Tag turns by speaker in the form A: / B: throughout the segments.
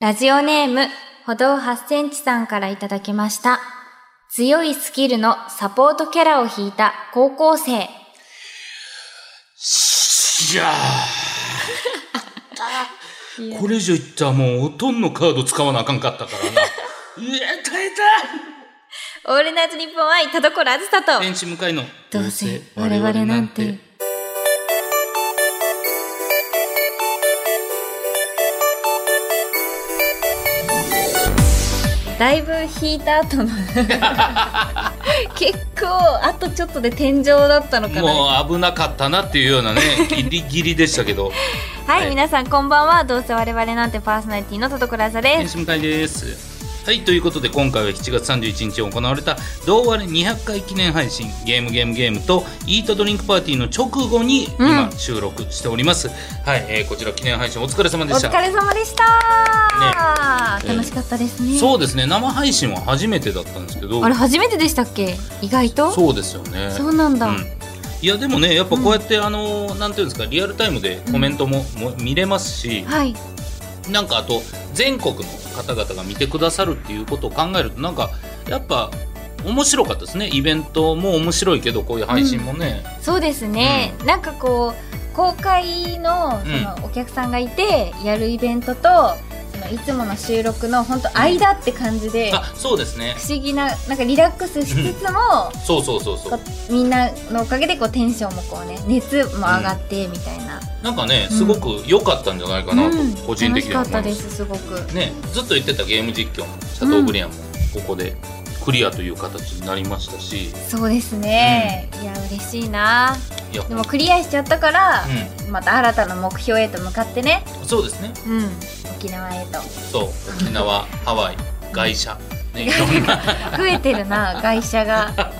A: ラジオネーム、歩道8センチさんからいただきました。強いスキルのサポートキャラを引いた高校生。
B: じゃあ、これ以上言ったらもうほとんどカード使わなあかんかったから な。うわ、耐え
A: オールナイトニッポン愛、田所あずさ
B: た
A: と。
B: 天使向かいの。
A: どうせ我々なんて。だいぶ引いた後の 結構あとちょっとで天井だったのかな
B: もう危なかったなっていうよ うなね、ギリギリでしたけど。
A: はい、
B: はい
A: 皆さんこんばんはどうせ我々なんてパーソナリティの田所あさで
B: 天
A: す
B: 使向かいです。はい、ということで今回は7月31日に行われた同割れ200回記念配信ゲームゲームゲームとイートドリンクパーティーの直後に
A: うん
B: 今収録しております。はい、えーこちら記念配信お疲れ様
A: お
B: でした
A: 疲。れ様でした、
B: ね
A: 楽しかったですね、
B: そうですね、生配信は初めてだったんですけど
A: あ、れ初めてでしたっけ意外と
B: そうですよね。
A: そうなんだ、
B: うんいやでもねやっぱこうやって、あのなんていうんですかリアルタイムでコメントも,、も見れますし、
A: はい
B: なんかあと全国の方々が見てくださるっていうことを考えるとなんかやっぱ面白かったですねイベントも面白いけどこういう配信もね、
A: そうですね、なんかこう公開のそのお客さんがいてやるイベントとそのいつもの収録の本当間って感じで、
B: あそうですね
A: 不思議ななんかリラックスしつつも、
B: そうそうそうそう
A: こうみんなのおかげでこうテンションもこうね熱も上がってみたいな、
B: なんかねすごく良かったんじゃないかなと、
A: うん
B: 個人的には
A: 楽しかっ
B: 思い
A: た
B: ま
A: ですすすごく
B: ねずっと言ってたゲーム実況もシャトーブリアンもここでクリアという形になりましたし、
A: そうですね、いや嬉しいない
B: や
A: でもクリアしちゃったから、
B: う
A: また新たな目標へと向かってね、
B: んそうですね
A: うん、沖縄へと
B: そう沖縄ハワイ外車 ねいろんな
A: 増えてるな外車が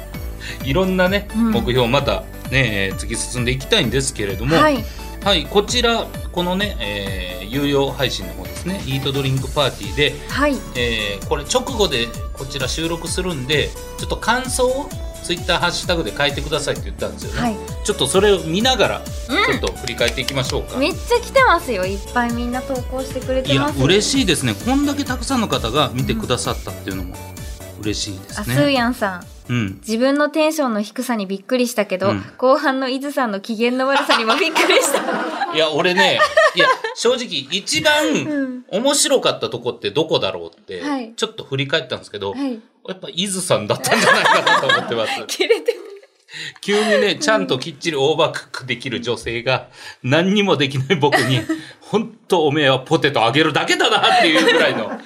B: いろんなね、
A: うん
B: 目標をまたね、えー突き進んでいきたいんですけれども、
A: は
B: はい、
A: い
B: こちらこのね、えー有料配信の方ですね、イートドリンクパーティーで、
A: はい
B: えーこれ直後でこちら収録するんで、ちょっと感想をツイッターハッシュタグで書いてくださいって言ったんですよね。
A: はい
B: ちょっとそれを見ながら、ちょっと振り返っていきましょうか。
A: めっちゃ来てますよいっぱいみんな投稿してくれ
B: い
A: て
B: や
A: ます
B: 嬉
A: し
B: しいですね。こんだけたくさんの方が見てくださったっていうのも嬉しいで
A: あ
B: す
A: すー
B: ね。
A: やんさん
B: うん。
A: 自分のテンションの低さにびっくりしたけど、
B: うん
A: 後半の伊豆さんの機嫌の悪さにもびっくりした
B: いや、俺ね、いや、正直、一
A: うん
B: 番面白かったとこってどこだろうって
A: はい、
B: ちょっと振り返ったんですけど、
A: はい
B: やっぱ、伊豆さんだったんじゃないかなと思ってます。
A: 切れてる
B: 急にね、ちゃんときっちりオーバークックできる女性が、何にもできない僕に、本当おめえはポテトあげるだけだなっていうぐらいの、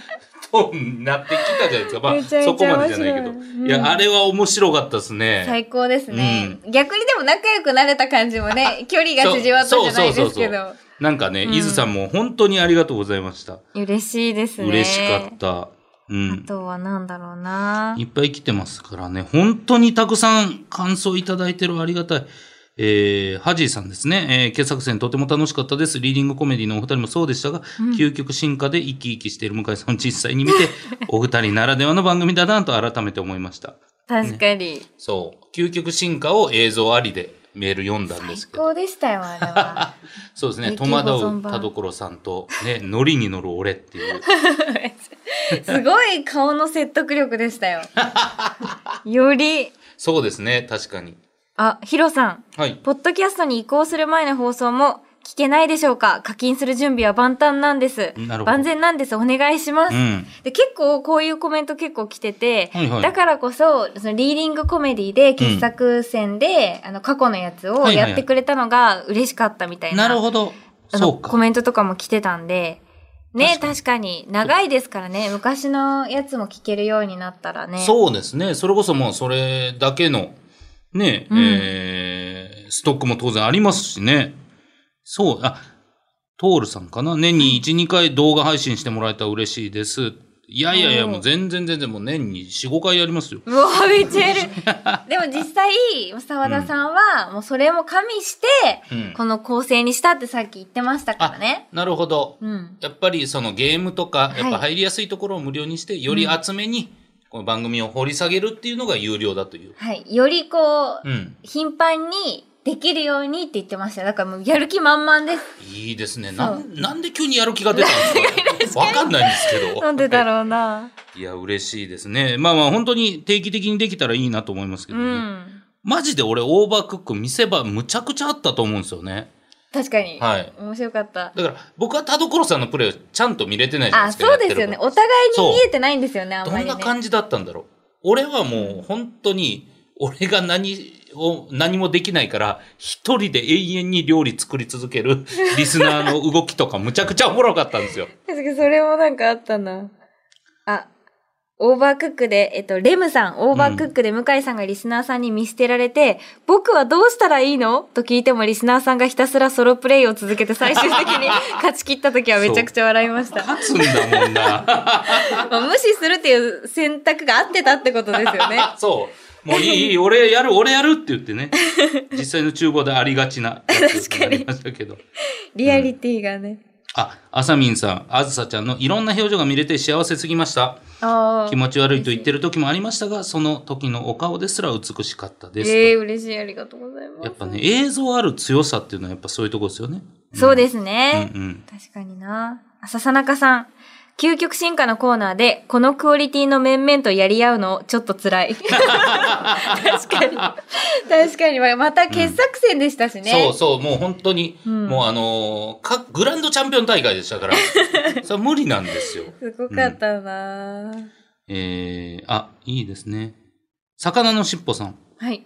B: トーンになってきたじゃないですか。まあ、
A: めちゃめちゃ
B: そこまでじゃないけど。
A: 面白いうん
B: いや、あれは面白かったですね。
A: 最高ですね、逆にでも仲良くなれた感じもね距離が縮まったんじゃないですけ
B: そうそう
A: ど
B: なんかね、伊豆さんも本当にありがとうございました。
A: 嬉しいですね
B: 嬉しかった。うん
A: あ。とはなんだろうない
B: っぱい来てますからね。本当にたくさん感想いただいてるありがたい。えー、ハジーさんですね。えー、傑作戦とても楽しかったです。リーディングコメディのお二人もそうでしたが、究極進化で生き生きしている向井さんを実 際に見て、お二人ならではの番組だなと改めて思いました。
A: 確かに
B: そう。究極進化を映像ありでメール読んだんですけ
A: 最
B: ど。
A: 高でしたよあれは
B: そうですね。
A: 永
B: 戸
A: 久保存版
B: 惑う田所さんと、ね、ノリに乗る俺っていう。
A: すごい顔の説得力でした よより
B: そうですね。確かに。
A: あヒロさん
B: はい。
A: ポッドキャストに移行する前の放送も聞けないでしょうか課金する準備は万端なんです
B: なるほど
A: 万全なんですお願いします、
B: うん。
A: で結構こういうコメント結構来てて、
B: はいはい
A: だからこそそのリーディングコメディで傑作選で、あの過去のやつを
B: はいはいはい
A: やってくれたのが嬉しかったみたいな,、
B: なるほど。
A: あの
B: そうか
A: コ。メントとかも来てたんでね確かに長いですからね昔のやつも聞けるようになったらね
B: そうですね。それこそもうそれだけの、ね、
A: うん
B: えーストックも当然ありますしね。そう、あ、トールさんかな年に1、2回動画配信してもらえたら嬉しいです。いやいやいや、
A: おー
B: もう全然全然もう年に4、5回やりますよ。
A: うわめっちゃ やるでも実際澤田さんはもうそれも加味して、
B: うん
A: この構成にしたってさっき言ってましたからね
B: なるほど。
A: うん
B: やっぱりそのゲームとか、
A: はい
B: やっぱ入りやすいところを無料にして、より厚めに、この番組を掘り下げるっていうのが有料だという。
A: はいよりこう、
B: うん。
A: 頻繁にできるようにって言ってました。だからもうやる気満々です。
B: いいですね。なん、なんで急にやる気が出たんで すか。わかんないんですけど。
A: なんでだろうな。
B: いや、嬉しいですね。まあまあ、本当に定期的にできたらいいなと思いますけ
A: う
B: どね。
A: ん。
B: マジで俺、オーバークック見せ場むちゃくちゃあったと思うんですよね。
A: 確かに。
B: はい
A: 面白かった。
B: だから、僕は田所さんのプレーをちゃんと見れてないじゃ
A: あ、
B: ないですか。
A: そうですよね。
B: やってる
A: お互いに見えてないんですよね、あん
B: こ
A: ま
B: と
A: り、
B: どん
A: ね。
B: な感じだったんだろう。俺はもう、本当に、俺が何を、何もできないから、一人で永遠に料理作り続けるリスナーの動きとか、むちゃくちゃおもろかったんですよ。
A: 確かにそれもなんかあったな。あ、オーバークックで、えっと、レムさん、オーバークックで向井さんがリスナーさんに見捨てられて、僕はどうしたらいいのと聞いてもリスナーさんがひたすらソロプレイを続けて最終的に勝ち切った時はめちゃくちゃ笑いました。
B: 勝つんだもんな。
A: まあ無視するっていう選択が合ってたってことですよね。
B: そう。もういいいい、俺やる、俺やるって言っ てね。実際の厨房でありがちなやつ
A: 確か
B: にな
A: に
B: りましたけど。
A: リアリティがね。
B: あ、あさみんさん、あずさちゃんのいろんな表情が見れて幸せすぎました。
A: ああ
B: 気。持ち悪いと言ってる時もありましたが、その時のお顔ですら美しかったですと。
A: ええ嬉しい。ありがとうございます。
B: やっぱね、映像ある強さっていうのはやっぱそういうとこですよね。
A: そうです
B: うん
A: ね。
B: うん。
A: 確かにな。あ、笹中さん。究極進化のコーナーで、このクオリティの面々とやり合うの、ちょっと辛い。確かに。確かに。まあまた傑作戦でしたしね。
B: そうそう、もう本当に、
A: うん
B: もうあのーか、グランドチャンピオン大会でした から、それは無理なんですよ。
A: すごかったな、
B: えー、あ、いいですね。魚のしっぽさん。
A: はい。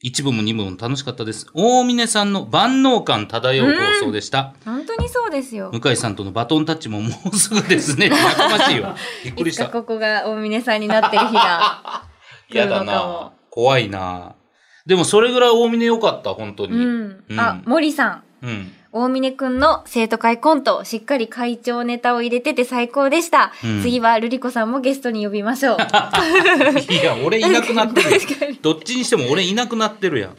B: 一部も二部も楽しかったです。大峰さんの万能感漂う放送でした。
A: 本当にそうですよ。
B: 向井さんとのバトンタッチももうすぐで すね。やかましいわ。びっくり
A: い
B: し
A: つか
B: た。
A: ここが大峰さんになってる日が。来
B: や
A: るのかも
B: だな。怖いな。でもそれぐらい大峰良かった、本当に。
A: う
B: うん。
A: ん。あ、森さん。大峰くんの生徒会コント、しっかり会長ネタを入れてて最高でした。
B: うん
A: 次はルリコさんもゲストに呼びま しょう。
B: いや、俺いなくなってるよ
A: 確かに。
B: どっちにしても俺いなくなってるやん。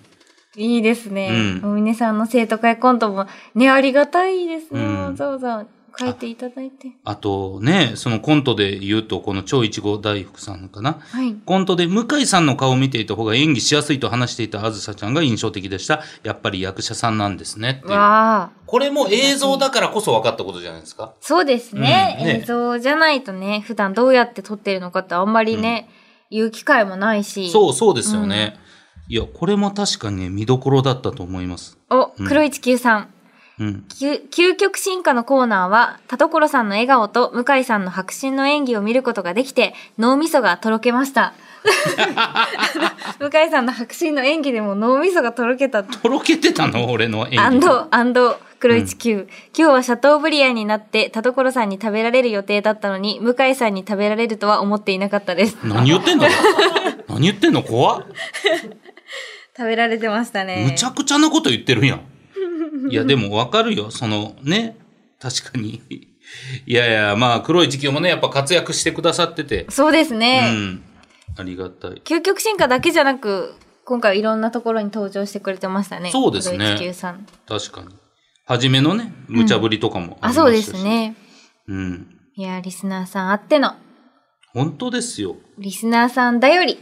A: いいですね。
B: うん
A: お峰さんの生徒会コントもね、ありがたいですね。
B: うん
A: わざわざ書いていただいて。
B: あとね、そのコントで言うと、この超いちご大福さんかな。
A: はい。
B: コントで向井さんの顔を見ていた方が演技しやすいと話していたあずさちゃんが印象的でした。やっぱり役者さんなんですねっていう。
A: わあ。
B: これも映像だからこそ分かったことじゃないですか。
A: そうですね,、
B: うんね
A: 映像じゃないとね、普段どうやって撮ってるのかってあんまりね、言う機会もないし。
B: そうそうですよね。いや、これも確かにね見どころだったと思います。
A: お、
B: うん
A: 黒い地球さん。
B: うん。
A: きゅ究極進化のコーナーは、田所さんの笑顔と向井さんの迫真の演技を見ることができて、脳みそがとろけました。 向井さんの迫真の演技でも脳みそがとろけたって
B: とろけてたの俺の演技。
A: アンド、アンド、黒い地球、今日はシャトーブリアンになって、田所さんに食べられる予定だったのに、向井さんに食べられるとは思っていなかったです。
B: 何言ってんの何言ってんの怖っ。
A: 食べられてましたね。
B: むちゃくちゃなこと言ってるやん。いや、でもわかるよ。その、ね。確かに。いやいや、まあ、黒い時期もね、やっぱ活躍してくださってて。
A: そうです
B: う
A: ね、
B: ん。ありがたい。
A: 究極進化だけじゃなく、今回いろんなところに登場してくれてましたね。
B: そうですね
A: 黒い地球さん。
B: 確かに。初めのね、無茶ぶりとかも
A: あ、
B: りましたし
A: そうです。ね。
B: うん。
A: いや、リスナーさんあっての、
B: 本当ですよ。
A: リスナーさん頼り。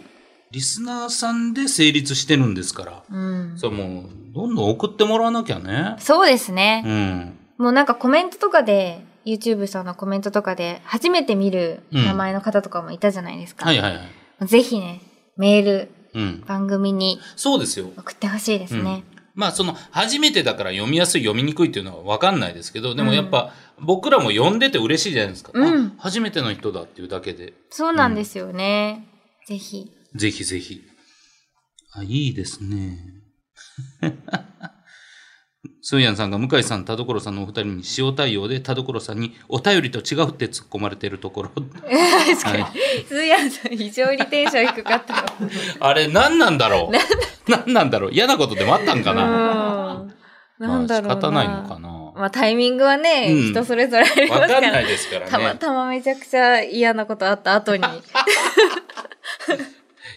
B: リスナーさんで成立してるんですから。
A: うん。
B: それもう、どんどん送ってもらわなきゃね。
A: そうですね。
B: うん。
A: もうなんかコメントとかで、YouTube さんのコメントとかで、初めて見る名前の方とかもいたじゃないですか。
B: はいはいはい。
A: ぜひね、メール、
B: うん。
A: 番組に
B: そうですよ。
A: 送ってほしいですね。
B: まあその初めてだから読みやすい読みにくいっていうのは分かんないですけどでもやっぱ僕らも読んでて嬉しいじゃないですか、
A: うん
B: あ初めての人だっていうだけで
A: そうなんですよね。ぜひ。
B: ぜひぜひあいいですね スーヤンさんが向井さん田所さんのお二人に塩対応で田所さんにお便りと違うって突っ込まれてるところ
A: 確かに
B: は。
A: すーやんさん、非常にテンション低かったよ。
B: あれ何なんだろう何なんだろう嫌なことでもあったんかな、
A: うん。なんだろうな。
B: まあ仕方ないのかな
A: まあタイミングはね、
B: うん
A: 人それぞれありますか。
B: 分からんないですからね
A: たまたまめちゃくちゃ嫌なことあった後 に。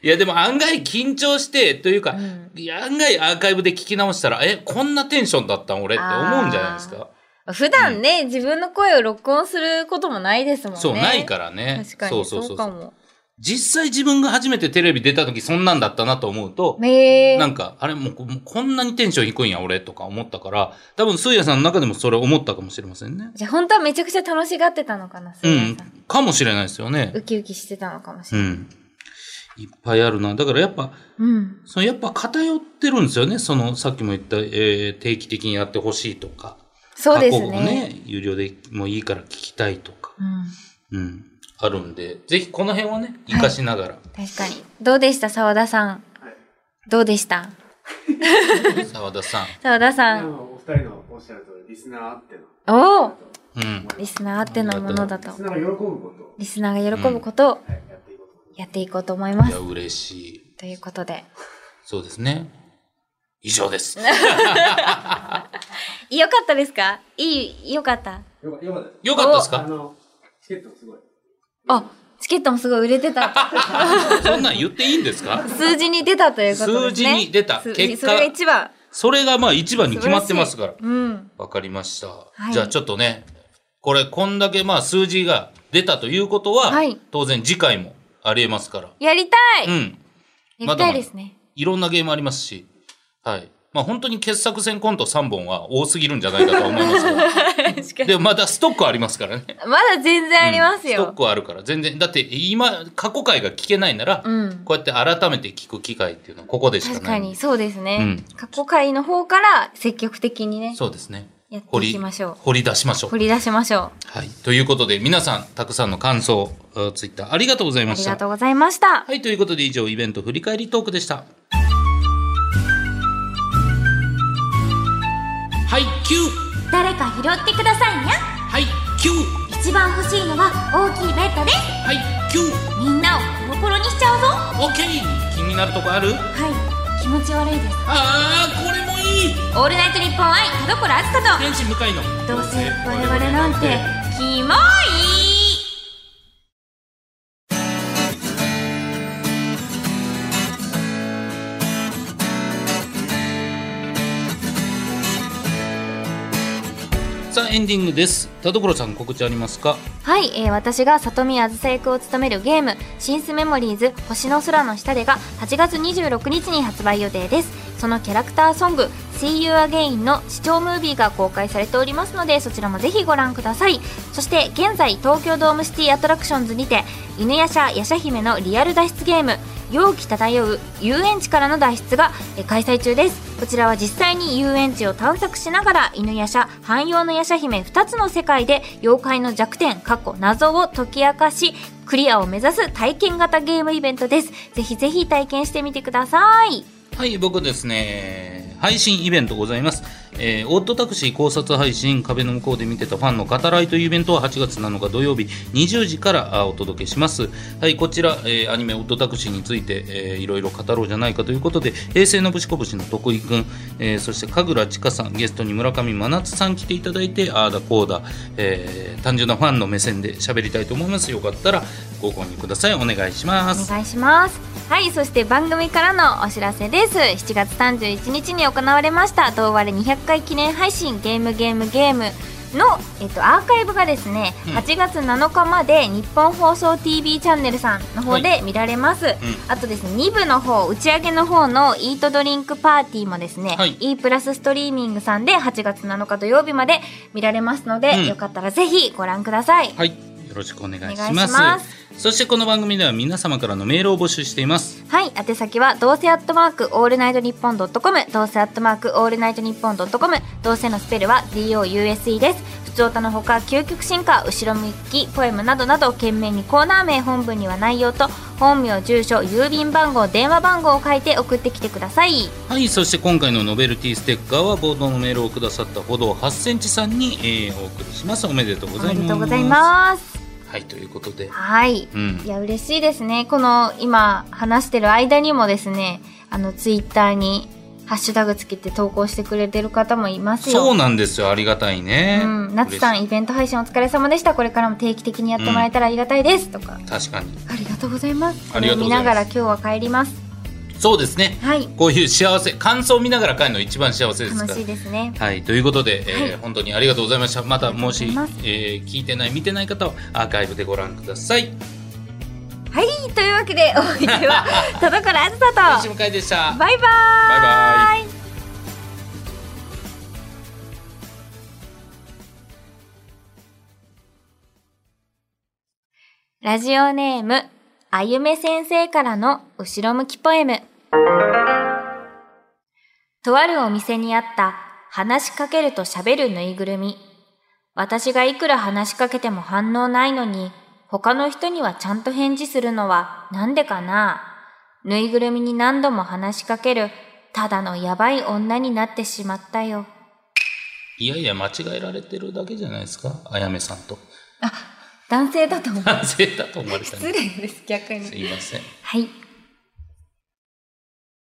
B: いやでも案外緊張してというか、
A: うん
B: いや案外アーカイブで聞き直したらえこんなテンションだったん俺って思うんじゃないですか
A: 普段ね、自分の声を録音することもないですもんね。
B: そうないからね
A: 確か
B: そ
A: に。
B: うそう
A: そ
B: そううそ
A: か
B: う
A: も。
B: 実際自分が初めてテレビ出た時そんなんだったなと思うと、
A: ねえ。
B: なんか、あれもうこもうこんなにテンション低いんや俺とか思ったから、多分スイヤさんの中でもそれ思ったかもしれませんね。
A: じゃあ本当はめちゃくちゃ楽しがってたのかな、
B: う
A: 杉谷
B: ん
A: さん。。
B: かもしれないですよね。
A: ウキウキしてたのかもし
B: う
A: れない。
B: ん。いっぱいあるな。だからやっぱ、
A: うん。
B: そのやっぱ偏ってるんですよね。その、さっきも言った、えー定期的にやってほしいとか。
A: そうです
B: 過去
A: ね。
B: をね、有料でもいいから聞きたいとか。
A: うん。
B: うん。あるんで、ぜひこの辺はね、活かしながら。
A: 確かに。どうでした、沢田さん。どうでした
B: 澤田さん。
A: 沢田さ
C: で
A: ん。
C: もお二人のおっしゃる通り、リスナーあっての。
A: おお
B: うん。
A: リスナーあってのものだと
C: リス。ナーが喜ぶことを
A: リスナーが喜ぶことを
C: はいやっていこうと思います。
A: やっていこうと思いま
B: いや、
A: す。
B: 嬉しい。
A: ということで。
B: そうですね。以上です。
A: よかったですかいい、よかった。
C: よかよかったです。
B: よかった です
C: あ
B: か
C: の、チケットもすごい。
A: あ、チケットもすごい売れて た。
B: そんなん言っていいんですか
A: 数字に出たということですね。
B: 数字に出た
A: す
B: 結果
A: それが一番。
B: それがまあ一番に決まってますから。
A: うん。
B: わかりました。
A: い
B: じゃあちょっとね、これこんだけまあ数字が出たということは、
A: はい
B: 当然次回もありえますから。
A: やりたい、
B: うん。
A: やりたいですね。
B: いろんなゲームありますし、はい。まあ本当に傑作選コント3本は多すぎるんじゃないかとは思いますが
A: 確かに
B: でもまだストックありますからね。
A: まだ全然あります
B: ストッ
A: よ。
B: クはあるから全然だって今過去回が聞けないなら、
A: うん
B: こうやって改めて聞く機会っていうのはここでしか
A: 確
B: な
A: か
B: い
A: に、そうですね、
B: うん
A: 過去回の方から積極的にね、
B: そうですね
A: やって
B: 掘
A: い
B: り
A: きましょう
B: 掘り出しましょう
A: 掘り出しましょ。
B: はいということで皆さんたくさんの感想ツイッターありがとうございう
A: あ
B: ま
A: り
B: し
A: が
B: た
A: とうございました。
B: はいということで以上イベント振り返りトークでしたはいキュー
D: 誰か拾ってくださいにゃ
B: はいキュー
D: 一番欲しいのは大きいベッドです
B: はいキュー
D: みんなをコロコロにしちゃうぞは
B: オッケー気になるとこある
D: い気持ち悪いです
B: ああこれも
D: オ
B: いい
D: ールナイトニッポン愛田所あずさ
B: 天使向かいの
D: とどうせ我々なんてキモい
B: さあエンディングです田所さん告知ありますか
A: はい、えー私が里見あずさ役を務めるゲーム「シンスメモリーズ星の空の下で」が8月26日に発売予定ですそのキャラクターソング「See You Again」の視聴ムービーが公開されておりますのでそちらもぜひご覧くださいそして現在東京ドームシティアトラクションズにて犬やしゃやしゃ姫のリアル脱出ゲーム容器漂う遊園地からの脱出がえー開催中ですこちらは実際に遊園地を探索しながら犬やしゃ汎用のやしゃ姫2つの世界で妖怪の弱点過去謎を解き明かしクリアを目指す体験型ゲームイベントですぜひぜひ体験してみてください
B: はい、僕ですね、配信イベントございます。えーオートタクシー考察配信、壁の向こうで見てたファンの語らいというイベントは8月7日土曜日20時からあお届けします。はい、こちら、えーアニメオートタクシーについて、えーいろいろ語ろうじゃないかということで、平成のぶしこぶしの徳井くん、えーそして神楽千佳さん、ゲストに村上真夏さん来ていただいて、ああだこうだ、えー単純なファンの目線で喋りたいと思います。よかったらご購入ください。お願いします
A: お。願いしますはいそして番組からのお知らせです7月31日に行われました「東割れ200回記念配信ゲームゲームゲーム」の、えっと、アーカイブがですね、
B: うん
A: 8月7日まで日本放送 TV チャンネルさんの方
B: は
A: で見られます、
B: ん
A: あとですね2部の方打ち上げの方のイートドリンクパーティーもですね、
B: はい
A: E プラスストリーミングさんで8月7日土曜日まで見られますので、
B: うん
A: よかったらぜひご覧ください
B: はい、よろしくお願いし
A: お願
B: ま
A: い
B: す。
A: します
B: そしてこの番組では皆様からのメールを募集しています。
A: はい、宛先はどうせアットマークオールナイトニッポンドットコム、どうせアットマークオールナイトニッポンドットコム、どうせのスペルは DOUSE です。普通歌のほか、究極進化、後ろ向き、ポエムなどなど、懸命にコーナー名、本文には内容と、本名、住所、郵便番号、電話番号を書いて送ってきてください。
B: はい、そして今回のノベルティステッカーは冒頭のメールをくださった歩道8センチさんに、えーお送りします。おめでとうご
A: お
B: ざい
A: め
B: ます。
A: でとうございます。
B: はい、ということで、
A: はい。
B: うん
A: い、や、嬉しいですね。この、今、話してる間にもですね、あの、ツイッターに、ハッシュタグつけて投稿してくれてる方もいますよ。
B: そうなんですよ。ありがたいね。
A: うん、夏さん
B: 嬉し
A: イベント配信お疲れ様でしたこれからも定期的にやってもらえたらありがたいです、とか
B: い確かに。
A: ありがとうございます
B: ありがと
A: これを
B: うございます
A: 見ながら今日は帰ります
B: そうですね。
A: はい
B: こういう幸せ、感想を見ながら帰るの一番幸せですから。
A: 楽しいですね
B: はい、ということで、えー本当にありがとうございました。また、もし
A: ありがとうございま、
B: えー聞いてない、見てない方は、アーカイブでご覧ください。
A: はい、というわけで、お相手 は、田所あず
B: 楽
A: さ
B: し
A: と、
B: む会でした。
A: バイバーイ
B: バイバイ
A: ラジオネーム、あゆめ先生からの後ろ向きポエム。とあるお店にあった、話しかけると喋るぬいぐるみ。私がいくら話しかけても反応ないのに、他の人にはちゃんと返事するのはなんでかなぬいぐるみに何度も話しかける、ただのやばい女になってしまったよ。
B: いやいや、間違えられてるだけじゃないですか。あやめさんと。
A: 男性だと思う。
B: 男性だと思われた
A: 失
B: ね。
A: 礼です、逆に
B: す。いません。
A: はい。